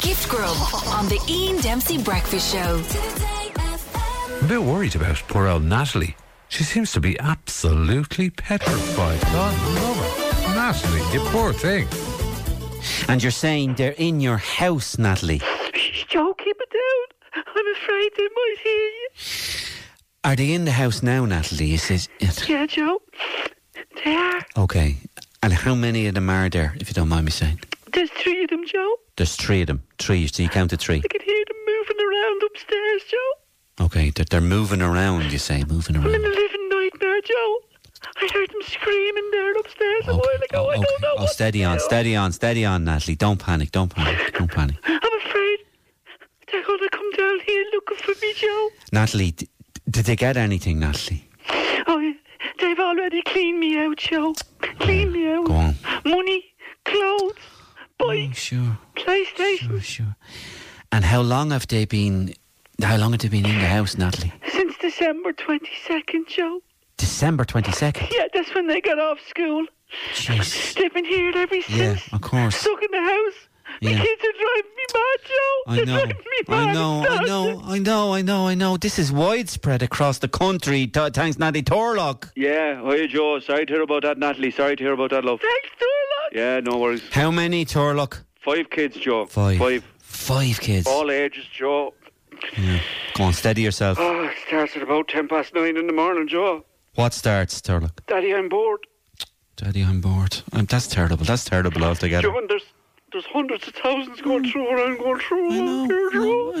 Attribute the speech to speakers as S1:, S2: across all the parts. S1: Gift Grub on the Ian Dempsey Breakfast Show.
S2: I'm a bit worried about poor old Natalie. She seems to be absolutely petrified. God love her. Natalie, you poor thing.
S3: And you're saying they're in your house, Natalie.
S4: Joe, keep it down. I'm afraid they might hear you.
S3: Are they in the house now, Natalie? Is it? it-
S4: Yeah, Joe. They are.
S3: Okay. And how many of them are there, if you don't mind me saying?
S4: There's three of them, Joe.
S3: There's three of them. Three, so you counted three.
S4: I can hear them moving around upstairs, Joe.
S3: Okay, they're, they're moving around, you say, moving
S4: I'm in a
S3: around.
S4: living nightmare, Joe. I heard them screaming there upstairs a while ago.
S3: Oh,
S4: I
S3: okay.
S4: don't know.
S3: oh
S4: what
S3: steady
S4: to
S3: on,
S4: do.
S3: steady on, steady on, Natalie. Don't panic, don't panic, don't panic.
S4: I'm afraid they're going to come down here looking for me, Joe.
S3: Natalie, d- d- did they get anything, Natalie?
S4: Oh, yeah. they've already cleaned me out, Joe. Cleaned me out.
S3: Go on.
S4: Money, clothes,
S3: Oh,
S4: bikes,
S3: sure,
S4: PlayStation.
S3: sure, sure. And how long have they been? How long have they been in the house, Natalie?
S4: Since December 22nd, Joe.
S3: December twenty second.
S4: Yeah, that's when they got off school.
S3: Jeez.
S4: They've been here ever
S3: Yeah,
S4: since.
S3: of course.
S4: Stuck in the house.
S3: Yeah.
S4: The kids are driving me mad, Joe.
S3: I
S4: They're
S3: know,
S4: driving me mad.
S3: I know, I know, I know, I know, I know. This is widespread across the country. Th- thanks, Natty Torlock.
S5: Yeah, hi Joe. Sorry to hear about that, Natalie. Sorry to hear about that, love.
S4: Thanks, Durlock.
S5: Yeah, no worries.
S3: How many Torlock?
S5: Five kids, Joe.
S3: Five.
S5: Five.
S3: Five kids.
S5: All ages, Joe.
S3: Go on, steady yourself.
S5: Oh, it starts at about ten past nine in the morning, Joe.
S3: What starts, Torlock?
S5: Daddy, I'm bored.
S3: Daddy, I'm bored. Um, that's terrible. That's terrible altogether.
S5: Joe, and there's there's hundreds of thousands going through what I'm going through.
S3: Mm. I know, Mm.
S5: Here,
S3: I
S5: Joe.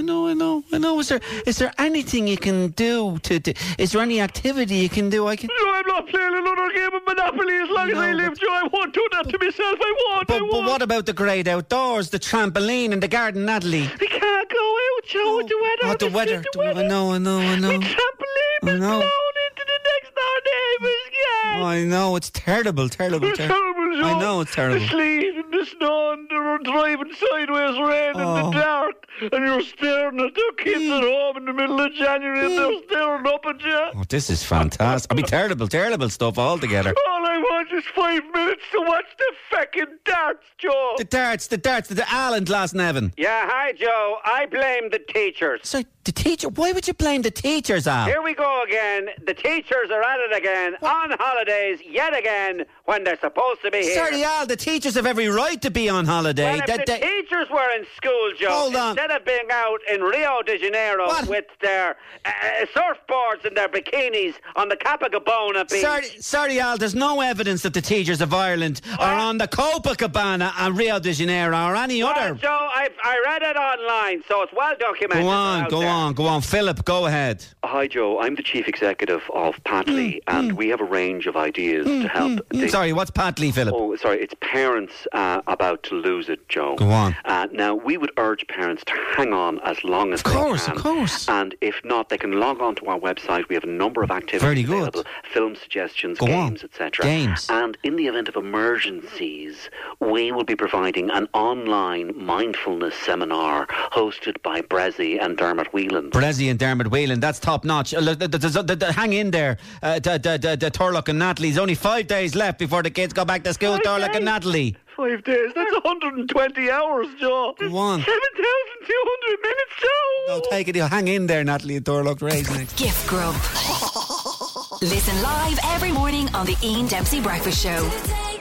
S3: know, I know, I know, I know. Is there is there anything you can do to? to is there any activity you can do? I can.
S5: Joe, I'm not playing another game of Monopoly as long as
S3: No,
S5: I live,
S3: but-
S5: Joe. I won't do that to myself. I won't.
S3: But,
S5: I
S3: but
S5: won't.
S3: what about the great outdoors, the trampoline, and the garden, Natalie?
S4: We can't go out, Joe. with The weather.
S3: Oh, the
S4: It's
S3: weather.
S4: The
S3: The-
S4: weather.
S3: I know, I know, I
S4: We
S3: know.
S4: can't
S3: I
S4: believe it's
S3: know.
S4: blown into the next door neighbour's
S3: Oh,
S4: yard.
S3: I know. It's terrible, terrible,
S5: It's
S3: terrible.
S5: terrible, Joe.
S3: I know it's terrible.
S5: The sleet and the snow and the driving sideways rain
S3: Oh. Mm.
S5: in the dark, and you're staring at your kids at home in the middle of January, and they're staring up at you.
S3: Oh, this is fantastic. I mean, terrible, terrible stuff altogether.
S5: All I want is five minutes to watch the fucking darts, Joe.
S3: The darts, the darts, the, the Alan Glasnevin.
S6: Yeah, hi, Joe. I blame the teachers.
S3: Sorry, the teacher. Why would you blame the teachers, Al?
S6: Here we go again. The teachers are at it again, on holidays, yet again, when they're supposed to be here.
S3: Sorry, Al. The teachers have every right to be on holiday.
S6: Well, if
S3: That-
S6: the
S3: that-
S6: teachers were in school, Joe,
S3: Hold on.
S6: instead of being out in Rio de Janeiro
S3: What?
S6: with their uh, uh, surfboards and their bikinis on the Copacabana beach,
S3: Sorry, sorry, Al. There's no evidence that the teachers of Ireland are on the Copacabana and Rio de Janeiro or any
S6: Well,
S3: other.
S6: Joe, I've, I read it online, so it's well documented.
S3: Go
S6: out
S3: on, go
S6: there.
S3: on, go on, Philip. Go ahead.
S5: Hi, Joe. I'm the chief executive of Patley,
S3: Mm,
S5: and we have a range of ideas to help. the-
S3: Sorry, what's Patley, Philip?
S5: Oh, sorry, it's parents uh, about to lose it, Joe.
S3: Go on.
S5: Uh, now, we would urge parents to hang on as long as
S3: Of course,
S5: they
S3: of
S5: can.
S3: course.
S5: And if not, they can log on to our website. We have a number of activities
S3: Very good.
S5: available, film suggestions,
S3: Go on.
S5: games, etc.
S3: Games.
S5: And in the event of emergencies, we will be providing an online mindfulness seminar hosted by Brezzy and Dermot Whelan.
S3: Brezzi and Dermot Whelan, that's top notch. Uh, look, th- th- th- th- th- Hang in there, uh, th- th- th- th- Turlock and Natalie. There's only five days left before the kids go back to school, Turlock and Natalie.
S5: Five days. That's 120 hours, Joe.
S3: Go on.
S5: 7,200 minutes, Joe.
S3: No, take it. Hang in there, Natalie and Turlock. Raise next.
S1: Gift Grub. Listen live every morning on the Ian Dempsey Breakfast Show.